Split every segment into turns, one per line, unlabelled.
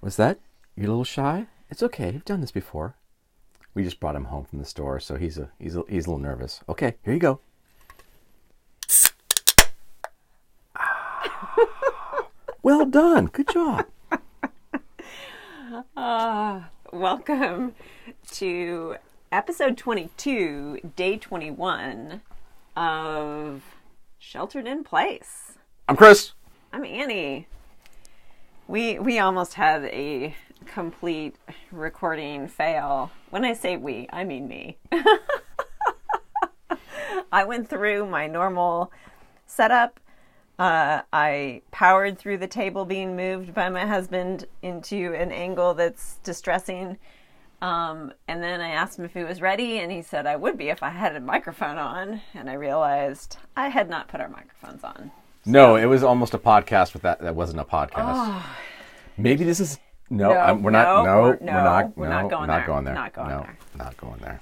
What's that? You're a little shy? It's okay. You've done this before. We just brought him home from the store, so he's a he's a, he's a little nervous. Okay, here you go. well done. Good job.
Welcome to episode 22, day 21 of Sheltered in Place.
I'm Chris.
I'm Annie. We we almost had a complete recording fail. When I say we, I mean me. I went through my normal setup. Uh, I powered through the table being moved by my husband into an angle that's distressing. Um, and then I asked him if he was ready, and he said I would be if I had a microphone on. And I realized I had not put our microphones on.
No, it was almost a podcast with that that wasn't a podcast. Maybe this is no, I'm, we're not
Ah. no,
no,
we're-
we're not
no, we're
no,
not going
we're not
there.
going there.
Not going
no,
there.
Not going there.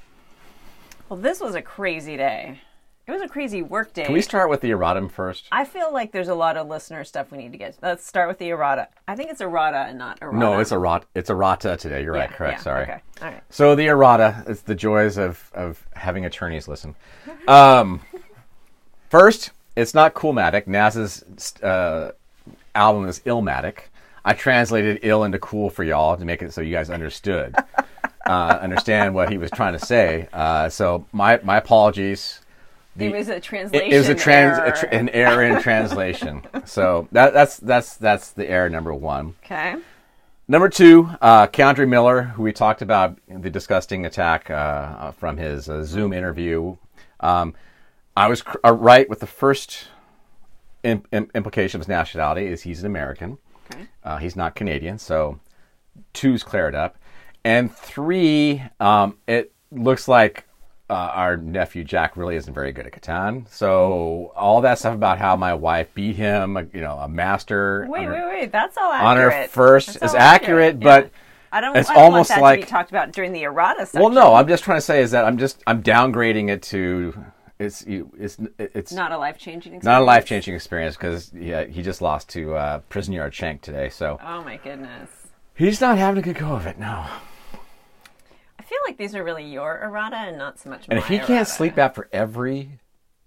Well, this was a crazy day. It was a crazy work day.
Can we start with the erratum first?
I feel like there's a lot of listener stuff we need to get. Let's start with the errata. I think it's errata and not errata.
No, it's errata. It's errata today. You're right.
Yeah,
Correct.
yeah,
Sorry.
Okay. All right.
So the errata, it's the joys of, of having attorneys listen. Um, first, it's not Coolmatic. NASA's uh, album is Illmatic. I translated ill into cool for y'all to make it so you guys understood, uh, understand what he was trying to say. Uh, so my, my apologies. The,
It was a translation.
it was a trans
error.
a tr- an error in translation. so that, that's that's that's the error number one.
okay.
Number two, uh, Keandre Miller, who we talked about in the disgusting attack uh, uh, from his uh, Zoom interview. Um, I was cr- uh, right with the first im- im- implication of his nationality is he's an American.
Okay.
Uh, he's not Canadian, so two's cleared up. And three, um, it looks like uh, our nephew Jack really isn't very good at Catan. So all that stuff about how my wife beat him, a, you know, a master.
Wait,
under-
wait, wait. That's all
on her
accurate.
first
That's
is
all
accurate, but
Yeah. I don't.
it's
I don't
almost
want that to
like-
be talked about during the errata section.
Well, no, I'm just trying to say is that I'm just I'm downgrading it to it's you it's it's not,
Not a life changing. experience.
a life changing experience because yeah he just lost to uh, prison yard Shank today, so
Oh my goodness.
he's not having a good go of it. No,
I feel like these are really your errata and not so much.
and
my
if he
errata.
can't sleep after every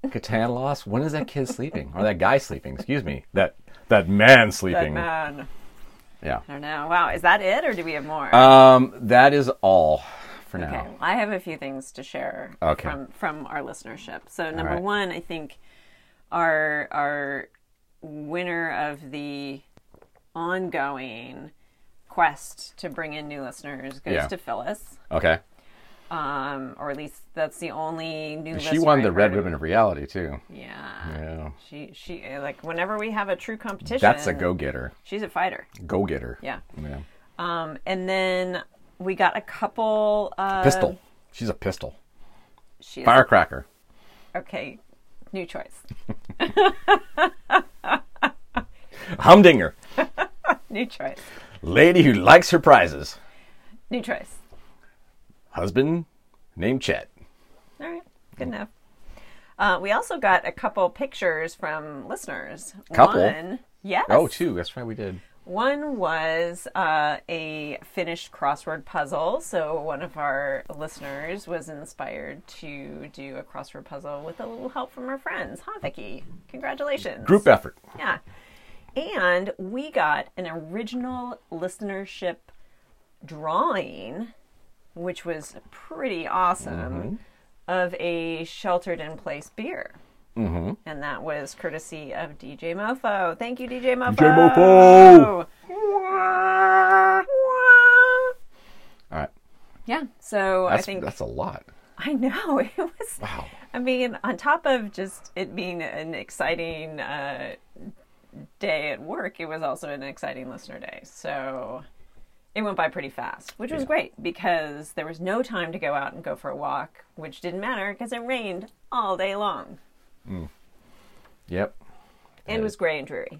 Catan loss, when is that kid sleeping or that guy sleeping? Excuse me, that that man
But
sleeping.
man,
Yeah.
I don't know. Wow, is that it, or do we have more?
Um, that is all for
Okay,
now.
well, I have a few things to share
Okay.
from from our listenership. So number
right.
one, I think our our winner of the ongoing quest to bring in new listeners goes
Yeah.
to Phyllis.
Okay,
Um, or at least that's the only new.
she
listener
won
I
the red
heard.
ribbon of reality too.
Yeah.
Yeah,
She she like whenever we have a true competition,
that's a go getter,
She's a fighter.
go getter.
Yeah.
yeah.
Um, and then we got a couple. Uh,
Pistol. She's a pistol.
She is
Firecracker.
okay. New choice.
Humdinger.
New choice.
Lady who likes her prizes.
New choice.
Husband named Chet.
All right, good
Hmm.
enough. Uh, we also got a couple pictures from listeners.
Couple?
One, yes.
Oh, two. That's right, we did.
One was uh, a finished crossword puzzle. So one of our listeners was inspired to do a crossword puzzle with a little help from her friends. Huh, Vicky? Congratulations.
Group effort.
Yeah. And we got an original listenership drawing, which was pretty awesome,
Mm-hmm.
of a sheltered in place beer. Mm-hmm. And that was courtesy of DJ Mofo. Thank you, DJ Mofo.
Mofo!
Mofo.
All right.
Yeah. So
That's,
I think
that's a lot.
I know it was.
Wow.
I mean, on top of just it being an exciting uh, day at work, it was also an exciting listener day. So it went by pretty fast, which was great because there was no time to go out and go for a walk, which didn't matter because it rained all day long
Yep.
and it was gray and dreary.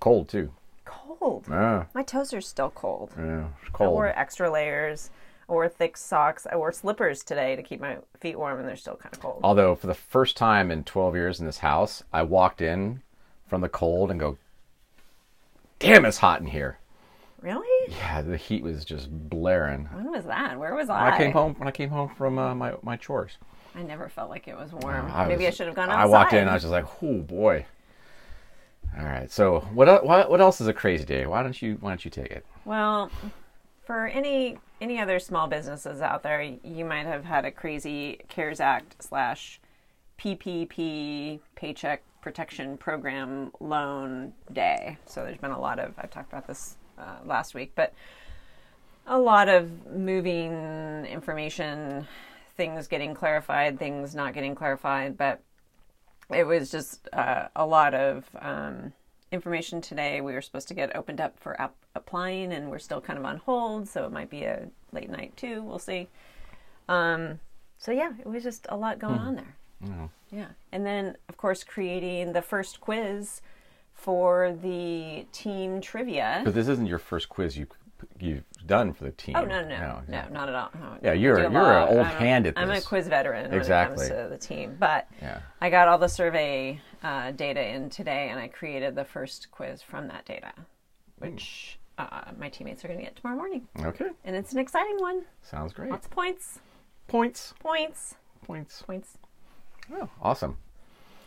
Cold, too.
Cold.
Ah,
My toes are still cold.
yeah. It's
I
cold.
wore extra layers. I wore thick socks. I wore slippers today to keep my feet warm, and they're still kind of cold.
Although, for the first time in 12 years in this house, I walked in from the cold and go, damn, it's hot in here.
Really? heat?
Yeah, the heat was just blaring.
When was that? Where was
When
I?
I came home when I came home from uh, my my chores.
I never felt like it was warm.
I
Maybe
was-
I should have gone outside.
I walked in and I was just like, oh boy. All right. So what el- what what else is a crazy day? Why don't you why don't you take it?
Well, for any any other small businesses out there, you might have had a crazy CARES Act slash PPP Paycheck Protection Program loan day. So there's been a lot of I've talked about this uh, last week, but a lot of moving information, things getting clarified, things not getting clarified, but it was just uh, a lot of um, information today. We were supposed to get opened up for app- applying, and we're still kind of on hold, so it might be a late night too. We'll see. Um, so yeah, it was just a lot going on there. Yeah, and then of course creating the first quiz for the team trivia.
Because this isn't your first quiz you you've done for the team.
Oh no, no, no,
exactly.
not at all. No,
Yeah, you're-
do a
you're
lot.
an old
I'm a-
hand at
I'm
this.
a quiz veteran
Exactly.
when it comes to the team, but
Yeah.
I got all the survey uh, data in today, and I created the first quiz from that data, which uh, my teammates are going to get tomorrow morning,
Okay.
and it's an exciting one.
Sounds great.
Lots of points,
Points.
points,
Points.
points.
Oh, awesome.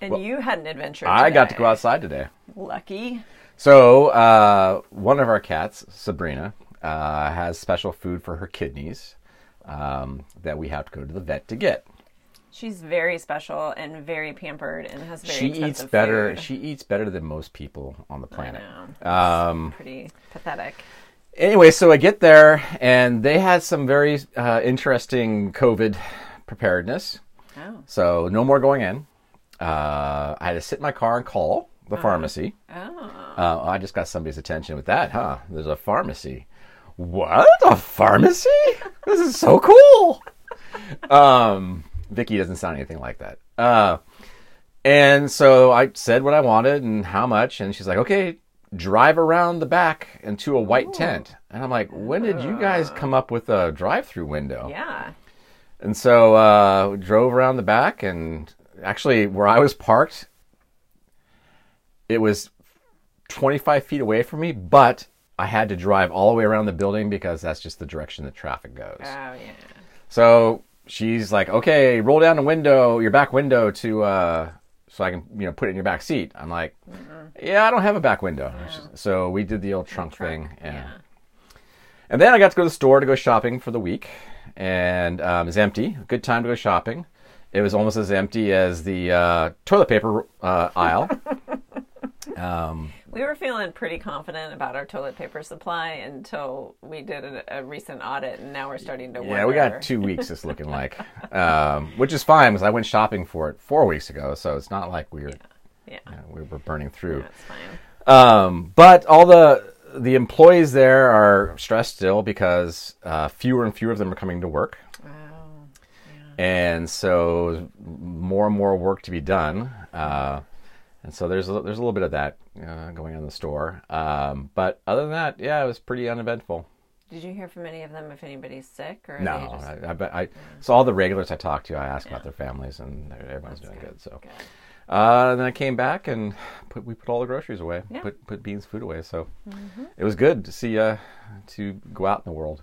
And you had an adventure.
I got to
today.
go outside today.
Lucky.
So, uh, one of our cats, Sabrina, uh, has special food for her kidneys um, that we have to go to the vet to get.
She's very special and very pampered, and has very.
she eats
expensive
better.
food.
She eats better than most people on the
I
planet.
know.
Um,
Pretty pathetic.
anyway, so I get there, and they had some very uh, interesting COVID preparedness.
Oh.
So, no more going in. Uh, I had to sit in my car and call the pharmacy.
Oh.
Uh, I just got somebody's attention with that, huh? There's a pharmacy. What? A pharmacy? this is so cool. Um, Vicky doesn't sound anything like that. Uh, and so I said what I wanted and how much, and she's like, okay, drive around the back into a white tent. And I'm like, when did you guys come up with a drive through window?
Yeah.
And so uh, we drove around the back, and actually, where I was parked, it was 25 feet away from me, but I had to drive all the way around the building because that's just the direction the traffic goes.
Oh yeah.
So she's like, "Okay, roll down the window, your back window, to uh, so I can you know put it in your back seat." I'm like, "Yeah, I don't have a back window." So we did the old trunk, thing, yeah.
yeah.
And then I got to go to the store to go shopping for the week, and um, it's empty. Good time to go shopping. It was almost as empty as the uh, toilet paper uh, aisle.
We were feeling pretty confident about our toilet paper supply until we did a, a recent audit, and now we're starting to.
yeah, we got two weeks. It's looking like, um, which is fine because I went shopping for it four weeks ago, so it's not like we were
Yeah,
you know, we were burning through.
that's fine.
Um, but all the the employees there are stressed still because uh, fewer and fewer of them are coming to work,
Wow.
and so more and more work to be done. Uh, and so there's a, there's a little bit of that uh, going on in the store. Um, but other than that, yeah, it was pretty uneventful.
Did you hear from any of them if anybody's sick or? are
No,
they just-
I, I, bet I so all the regulars I talked to, I asked about their families, and everyone's doing good. So.
Good.
Uh, then I came back and put we put all the groceries away.
Yeah.
Put put Bean's food away. So it was good to see uh to go out in the world.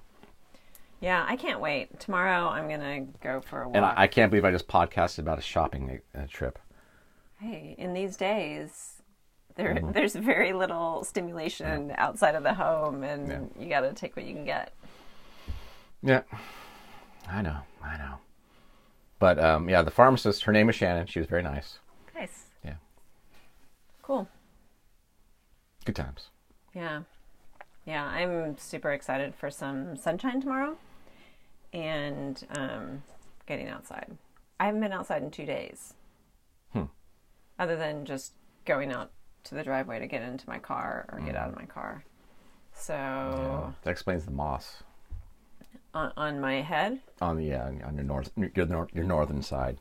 Yeah, I can't wait. Tomorrow I'm gonna go for a walk.
And I, I can't believe I just podcasted about a shopping uh, trip.
hey, in these days, there
Mm-hmm.
there's very little stimulation outside of the home, and
Yeah.
you got to take what you can get.
Yeah, I know, I know. But um, yeah, the pharmacist. Her name was Shannon. She was very nice.
Nice.
Yeah,
Cool.
good times.
Yeah. Yeah, I'm super excited for some sunshine tomorrow and um, getting outside. I haven't been outside in two days.
Hmm.
Other than just going out to the driveway to get into my car or
Hmm.
get out of my car. So
That explains the moss
on, on my head,
on the uh, on your north your, nor- your northern side.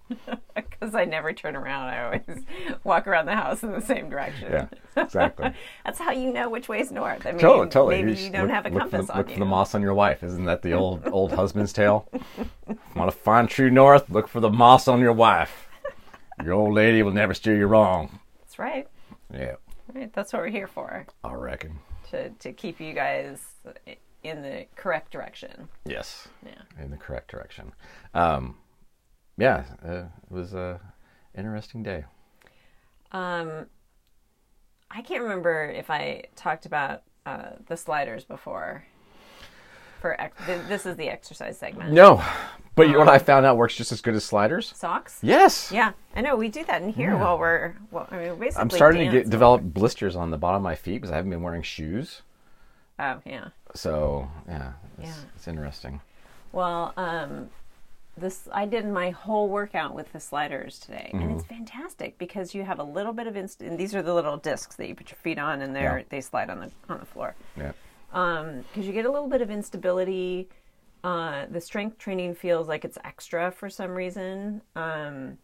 because I never turn around, I always walk around the house in the same direction.
Yeah, exactly.
That's how you know which way's north. I mean,
Totally, totally.
maybe
should
you don't
look-
have a
look for the-
compass on
Look
you.
for the moss on your wife. Isn't that the old old husband's tale? Want to find true north? Look for the moss on your wife. Your old lady will never steer you wrong.
That's right.
Yeah,
Right. That's what we're here for.
I reckon.
to to to keep you guys in the correct direction.
Yes.
Yeah.
In the correct direction. Um, yeah, uh, it was a interesting day.
Um, I can't remember if I talked about uh, the sliders before. For ex- th- this is the exercise segment.
No, but you know what I found out works just as good as sliders?
Socks.
Yes.
Yeah, I know we do that in here while we're. Well, I mean, we basically.
I'm starting to
dance
get develop blisters on the bottom of my feet because I haven't been wearing shoes.
while- Oh yeah.
So yeah, it's,
Yeah.
it's interesting.
Well, um, this I did my whole workout with the sliders today, and it's
Mm-hmm.
fantastic because you have a little bit of inst- and these are the little discs that you put your feet on, and they are
Yeah.
they slide on the on the floor.
Yeah.
because Um, you get a little bit of instability. Uh, the strength training feels like it's extra for some reason, um,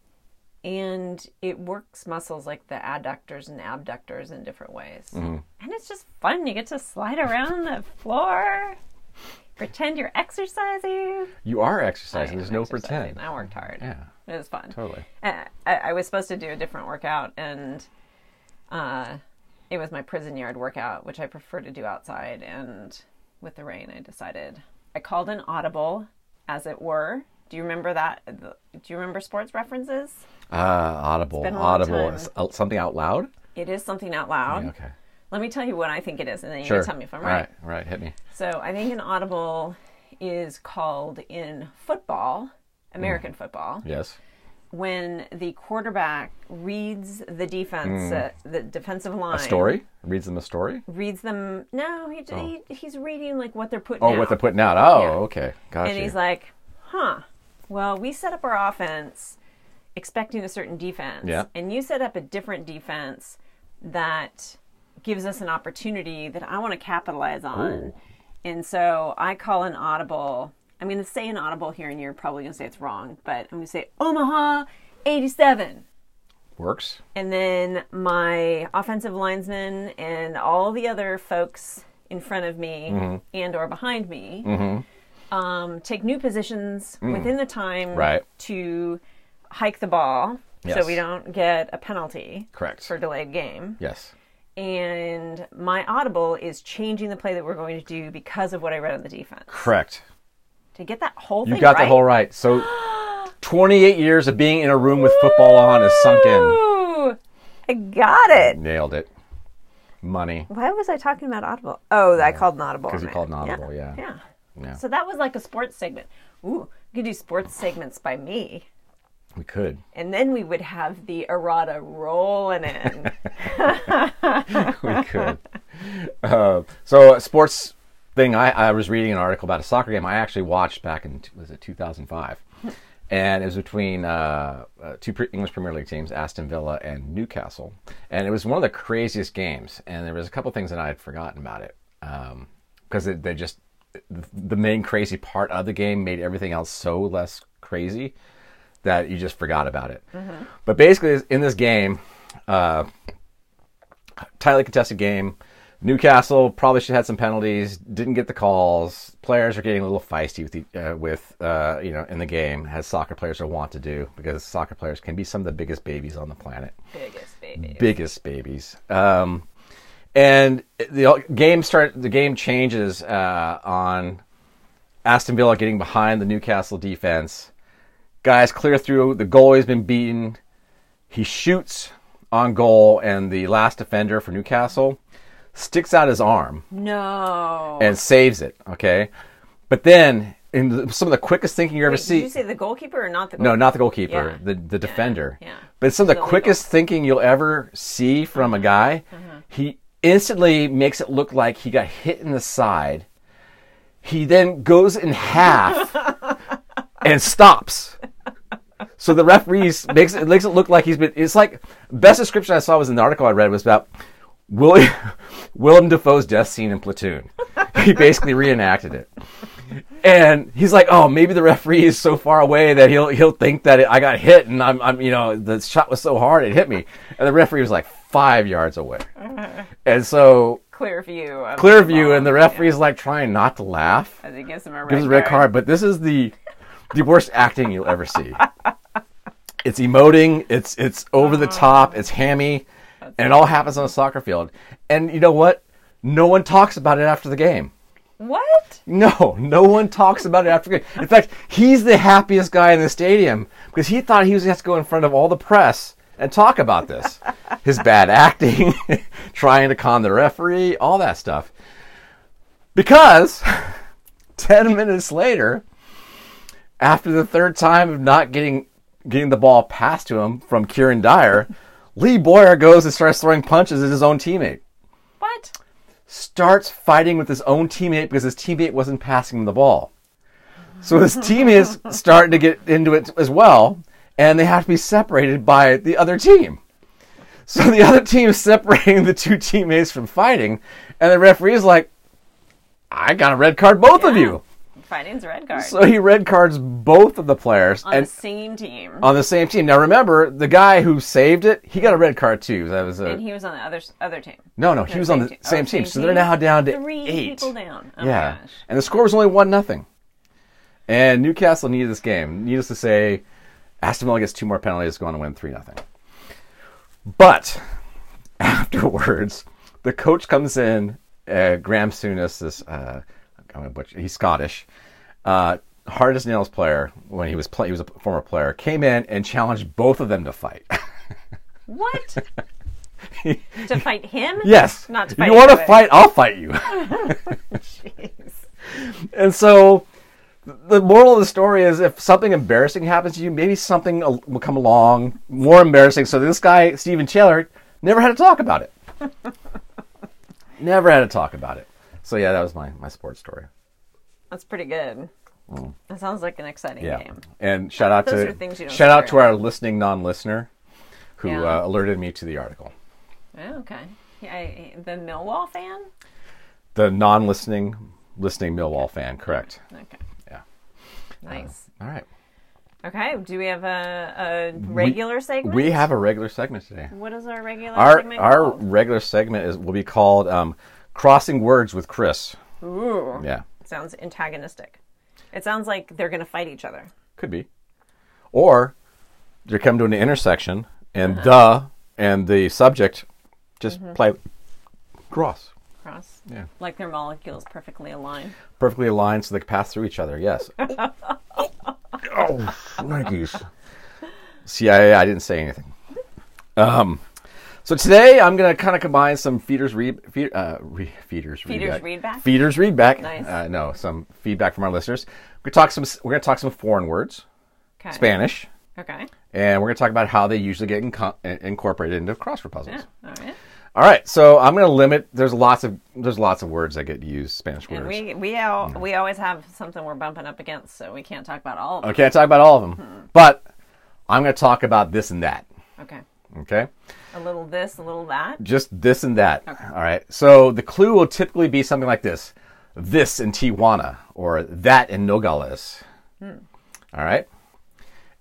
and it works muscles like the adductors and abductors in different ways. And it's just fun. You get to slide around the floor, pretend you're exercising.
You are exercising. There's
I'm
no
exercising.
pretend.
I worked hard.
Yeah.
It was fun.
Totally.
Uh, I, I was supposed to do a different workout, and uh, it was my prison yard workout, which I prefer to do outside. And with the rain, I decided I called an audible, as it were. Do you remember that? Do you remember sports references?
Uh, audible.
been a long
Audible.
time.
Is- uh, Something out loud.
It is something out loud.
Yeah, okay.
Let me tell you what I think it is, and then you
Sure.
can tell me if I'm
All right. All right. Hit me.
So I think an audible is called in football,
Mm.
American football,
Yes.
when the quarterback reads the defense, uh, the defensive line.
A Hmm. story. Reads them a story.
reads them. No, he, he he's reading like what they're putting.
Oh,
out.
what they're putting out. Oh,
Yeah.
okay. Got
And
you.
he's like, huh. Well, we set up our offense expecting a certain defense,
Yeah.
and you set up a different defense that gives us an opportunity that I want to capitalize on.
Ooh.
And so I call an audible. I'm going to say an audible here, and you're probably going to say it's wrong, but I'm going to say Omaha 87.
Works.
And then my offensive linesman and all the other folks in front of me
Mm-hmm.
and or behind me um, take new positions within the time
Mm. Right.
to hike the ball
Yes.
so we don't get a penalty
Correct.
for delayed game.
Yes.
And my audible is changing the play that we're going to do because of what I read on the defense.
Correct.
To get that whole
You
thing
got
right,
the whole right. So, 28 years of being in a room with football on is sunk in.
Ooh, I got it.
Nailed it. Money.
Why was I talking about Audible? Oh, I called an Audible.
'Cause you
on
called an
it.
Audible, yeah.
yeah.
Yeah.
So that was like a sports segment. Ooh, we could do sports segments by me.
We could.
And then we would have the errata rolling in.
we could. Uh, so, a sports thing. I, I was reading an article about a soccer game I actually watched back in was it 2005, and it was between uh, uh, two pre- English Premier League teams, Aston Villa and Newcastle, and it was one of the craziest games. And there was a couple things that I had forgotten about it because it they just the main crazy part of the game made everything else so less crazy that you just forgot about it. But basically, in this game, tightly contested game. Newcastle probably should have had some penalties. Didn't get the calls. Players are getting a little feisty with the, uh, with uh, you know in the game as soccer players are wont to do because soccer players can be some of the biggest babies on the planet
Biggest baby.
biggest babies. Um, and the game start the game changes uh, on Aston Villa getting behind the Newcastle defense. Guys clear through. The goalie's been beaten. He shoots on goal, and the last defender for Newcastle sticks out his arm
No.
and saves it. Okay, but then in the, some of the quickest thinking you ever
Wait,
see,
did you say the goalkeeper or not the
no,
goalkeeper?
not the goalkeeper,
Yeah.
the the defender.
yeah.
But it's some of the
Illegal.
quickest thinking you'll ever see from a guy.
Mm-hmm.
He instantly makes it look like he got hit in the side. He then goes in half and stops. So the referees makes it makes it look like he's been. It's like best description I saw was in the article I read was about William Willem Dafoe's death scene in Platoon. He basically reenacted it, and he's like, "Oh, maybe the referee is so far away that he'll he'll think that I got hit, and I'm I'm you know the shot was so hard it hit me." And the referee was like five yards away, and so
Clear view. of
clear
the ball.
view, and the referee's like trying not to laugh
As he gives him a red,
gives a red card, but this is the the worst acting you'll ever see. It's emoting, it's it's over the top, it's hammy, and it all happens on a soccer field. And you know what? No one talks about it after the game.
What?
No, no one talks about it after the game. In fact, he's the happiest guy in the stadium because he thought he was going to go in front of all the press and talk about this. His bad acting, trying to con the referee, all that stuff. Because 10 minutes later, after the third time of not getting getting the ball passed to him from Kieran Dyer, Lee Boyer goes and starts throwing punches at his own teammate.
What?
Starts fighting with his own teammate because his teammate wasn't passing him the ball. So his team is starting to get into it as well, and they have to be separated by the other team. So the other team is separating the two teammates from fighting, and the referee is like, I got a red card, both of you.
Fighting's a red card
So he red cards both of the players
on
and
the same team,
on the same team. Now remember, the guy who saved it, he got a red card too. That was a
and he was on the other s- other team.
no, no. He
No,
was on the
oh,
same team, so they're now down to
three
eight.
people down. Oh
yeah,
my gosh.
and the score was only one nothing. And Newcastle needed this game. Needless to say, Aston Villa gets two more penalties, going to win three nothing. But afterwards, the coach comes in. Uh, Graham Souness, this uh, I'm gonna butcher- he's Scottish, uh, hard as nails player. When he was play, he was a former player. Came in and challenged both of them to fight.
What? to fight him?
yes,
Not to
If
fight
you want to
anybody.
fight, I'll fight you.
Jeez.
And so the moral of the story is if something embarrassing happens to you, maybe something al- will come along more embarrassing. So this guy, Steven Taylor, never had to talk about it. never had to talk about it. So yeah, that was my, my sports story.
That's pretty good. That sounds like an exciting
Mm. Yeah.
game.
And shout out
Those are
to
things you don't
shout out
hear.
to our listening non-listener who
Yeah.
uh, alerted me to the article.
Oh, okay. Yeah, I- the Millwall fan?
The non-listening listening Millwall fan, correct.
Okay.
Yeah.
Nice.
All right.
Okay. Do we have a, a regular segment?
We have a regular segment today.
What is our regular
our
segment?
our
called?
regular segment is will be called um, "Crossing Words with Chris."
Ooh.
Yeah,
Sounds antagonistic. It sounds like they're going to fight each other.
could be, or you come to an intersection and the and the subject just play cross.
Cross.
Yeah,
Like their molecules perfectly aligned.
perfectly aligned so they can pass through each other. Yes. oh, Nikes. See, I, I didn't say anything. Um, so today I'm gonna kind of combine some feeders read feed, uh, re, feeders readback.
Feeders readback?
feeders readback.
Nice.
Uh, no, some feedback from our listeners. We talk some. We're gonna talk some foreign words,
Okay.
Spanish,
Okay.
and we're gonna talk about how they usually get inco- incorporated into crossword puzzles.
Yeah. All right.
All right, so I'm gonna limit. There's lots of there's lots of words that get used Spanish words. Mm.
And we we all, we always have something we're bumping up against, so we can't talk about all of them.
I can't talk about all of them, but I'm going to talk about this and that.
Okay.
Okay,
A little this, a little that.
just this and that. All right. So the clue will typically be something like this: this in Tijuana, or that in Nogales. All right,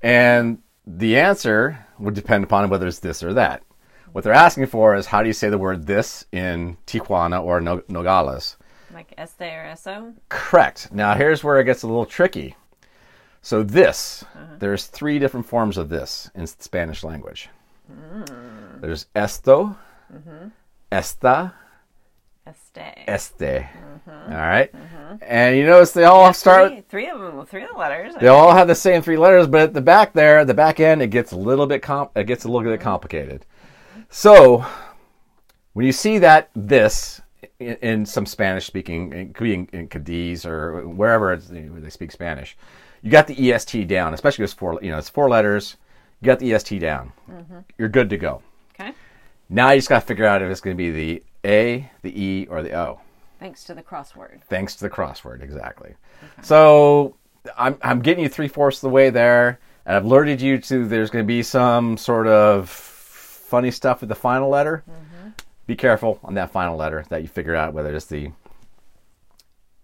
and the answer would depend upon whether it's this or that. What they're asking for is how do you say the word this in Tijuana or no- Nogales?
Like este or eso.
Correct. Now, here's where it gets a little tricky. So, this, there's three different forms of this in s- Spanish language. There's esto, esta,
Este.
este. All right? And you notice they all start,
Three, three of them, three of the letters.
they all have the same three letters, but at the back there, the back end, it gets a little bit comp- it gets a little bit complicated. So, when you see that this in, in some Spanish speaking, it could be in, in Cadiz or wherever it's, where they speak Spanish, you got the est down. Especially it's four, you know, it's four letters. You got the est down. You're good to go.
Okay.
Now you just got to figure out if it's going to be the a, the e, or the o
Thanks to the crossword.
thanks to the crossword exactly so I'm, I'm getting you three-fourths of the way there and i've alerted you to there's going to be some sort of funny stuff with the final letter be careful on that final letter that you figure out whether it's the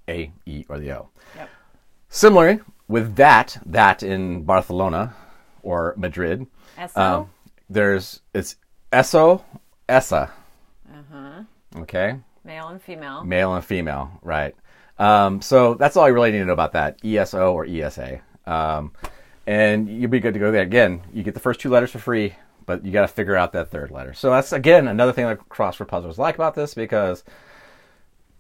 a e or the o
Yep.
similarly with that that in barcelona or madrid
Eso.
um, there's it's eso essa okay
male and female.
male and female, right? Um, so that's all you really need to know about that ESO or ESA, um, and you'll be good to go there. Again, you get the first two letters for free, but you got to figure out that third letter. So that's again another thing that crossword puzzles like about this because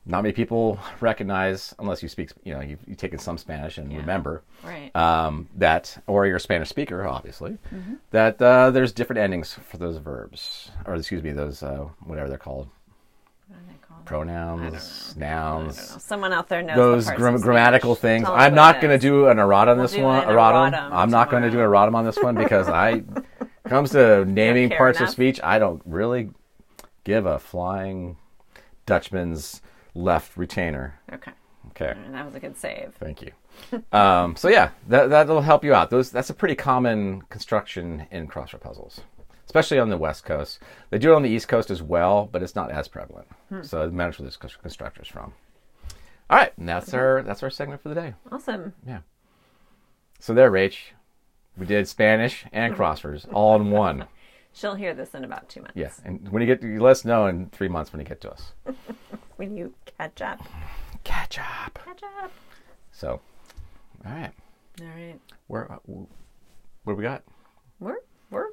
not many people recognize unless you speak you know you've, you've taken some spanish and remember
Right.
um, that or you're a spanish speaker obviously
Mm-hmm.
that uh, there's different endings for those verbs or excuse me those uh, whatever they're called
What do they call it?
pronouns
I don't
nouns
know. Someone out there knows the
those
parts
gr-
of
grammatical
Spanish.
things.
Tell us
I'm
what
not
it
going to
is.
do an errata on this
do
one.
an
Erratum.
erratum
I'm not going to do an
tomorrow.
erratum on this one because I comes to naming
care
parts of
enough.
speech, I don't really give a flying Dutchman's left retainer.
Okay.
Okay.
And that was a good save.
Thank you. Um, so yeah, that that'll help you out. Those that's a pretty common construction in crossword puzzles, especially on the West Coast. They do it on the East Coast as well, but it's not as prevalent. So it matters where this cons- constructor's from. All right, and that's our that's our segment for the day.
Awesome.
Yeah. So there, Rach, we did Spanish and crosswords all in one.
She'll hear this in about two months.
Yeah, and when you get, you let us know in three months when you get to us.
When you catch up.
Catch up.
Catch up.
So, all right,
All right.
where uh, what do we got?
We're we're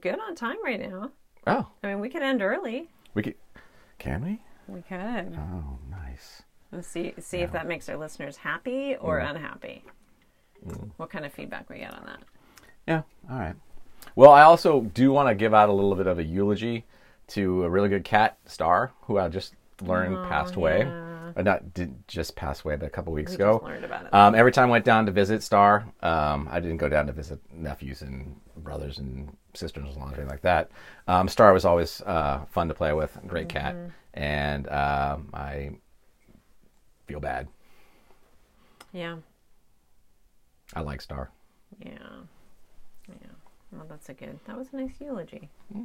good on time right now.
Oh,
I mean, we could end early.
we could, can we?
We could.
Oh, nice.
Let's see see if that makes our listeners happy or unhappy. What kind of feedback we get on that?
Yeah. All right. Well, I also do want to give out a little bit of a eulogy to a really good cat, Star, who I just learned passed away.
Oh, yeah.
Or not did just pass away, but a couple weeks
We
ago.
just learned about it.
Um, every time I went down to visit Star, um, I didn't go down to visit nephews and brothers and sisters-in-law, anything like that. Um, Star was always uh, fun to play with, great cat,
Mm-hmm.
and um, I feel bad.
yeah.
I like Star.
Yeah. Yeah. Well, that's a good. That was a nice eulogy. All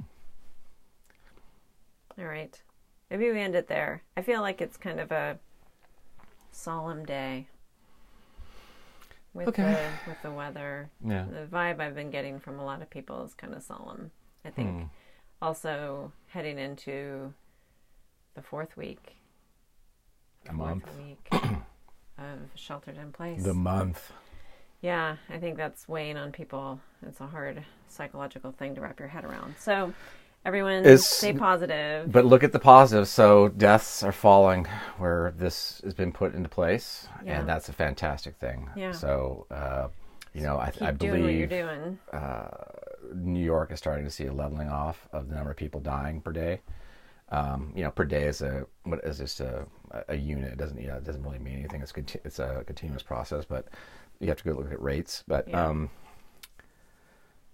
right. Maybe we end it there. I feel like it's kind of a solemn day. With
Okay.
the with the weather.
Yeah.
The vibe I've been getting from a lot of people is kind of solemn. I think
Hmm.
also heading into the fourth week,
A month.
fourth week of sheltered in place.
month.
Yeah, I think that's weighing on people. It's a hard psychological thing to wrap your head around. So, everyone,
It's-
stay positive.
But look at the positive. So deaths are falling where this has been put into place,
Yeah.
and that's a fantastic thing.
Yeah.
So, uh, you know, I,
Keep
I
doing what you're
believe
doing.
New York is starting to see a leveling off of the number of people dying per day. Um, you know, per day is a what is just a a unit. It doesn't you know it doesn't really mean anything. It's conti- it's a continuous process, but you have to go look at rates. But
Yeah.
um,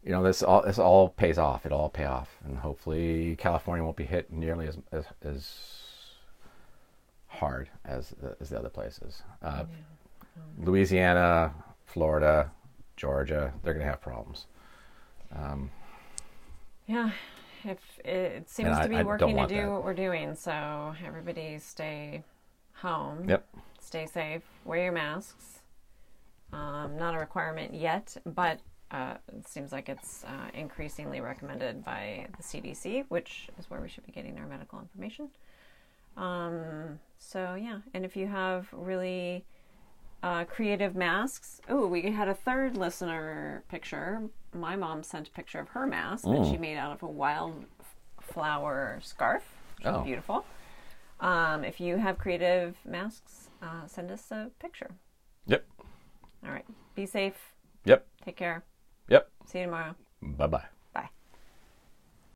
you know, this all this all pays off. It all pay off, and hopefully California won't be hit nearly as as, as hard as the, as the other places. Uh, Louisiana, Florida, Georgia, they're going to have problems.
Yeah, if it seems
I-
to be
I don't
working to
want
do
that.
what we're doing, so everybody stay home.
Yep.
Stay safe. Wear your masks. Um, not a requirement yet, but uh, it seems like it's uh, increasingly recommended by the CDC, which is where we should be getting our medical information. Um, so yeah, and if you have really uh, creative masks. Oh, we had a third listener picture. My mom sent a picture of her mask that she made out of a wildflower scarf. Which is
Oh.
beautiful. Um, if you have creative masks, uh, send us a picture.
Yep.
All right. Be safe.
Yep.
Take care.
Yep.
See you tomorrow.
Bye bye.